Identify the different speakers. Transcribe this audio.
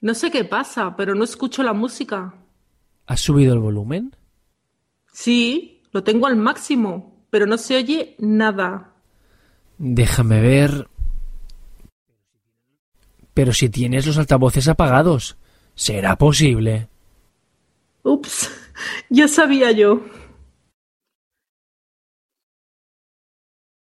Speaker 1: No sé qué pasa, pero no escucho la música.
Speaker 2: ¿Has subido el volumen?
Speaker 1: Sí, lo tengo al máximo, pero no se oye nada.
Speaker 2: Déjame ver. Pero si tienes los altavoces apagados, ¿será posible?
Speaker 1: Ups, ya sabía yo.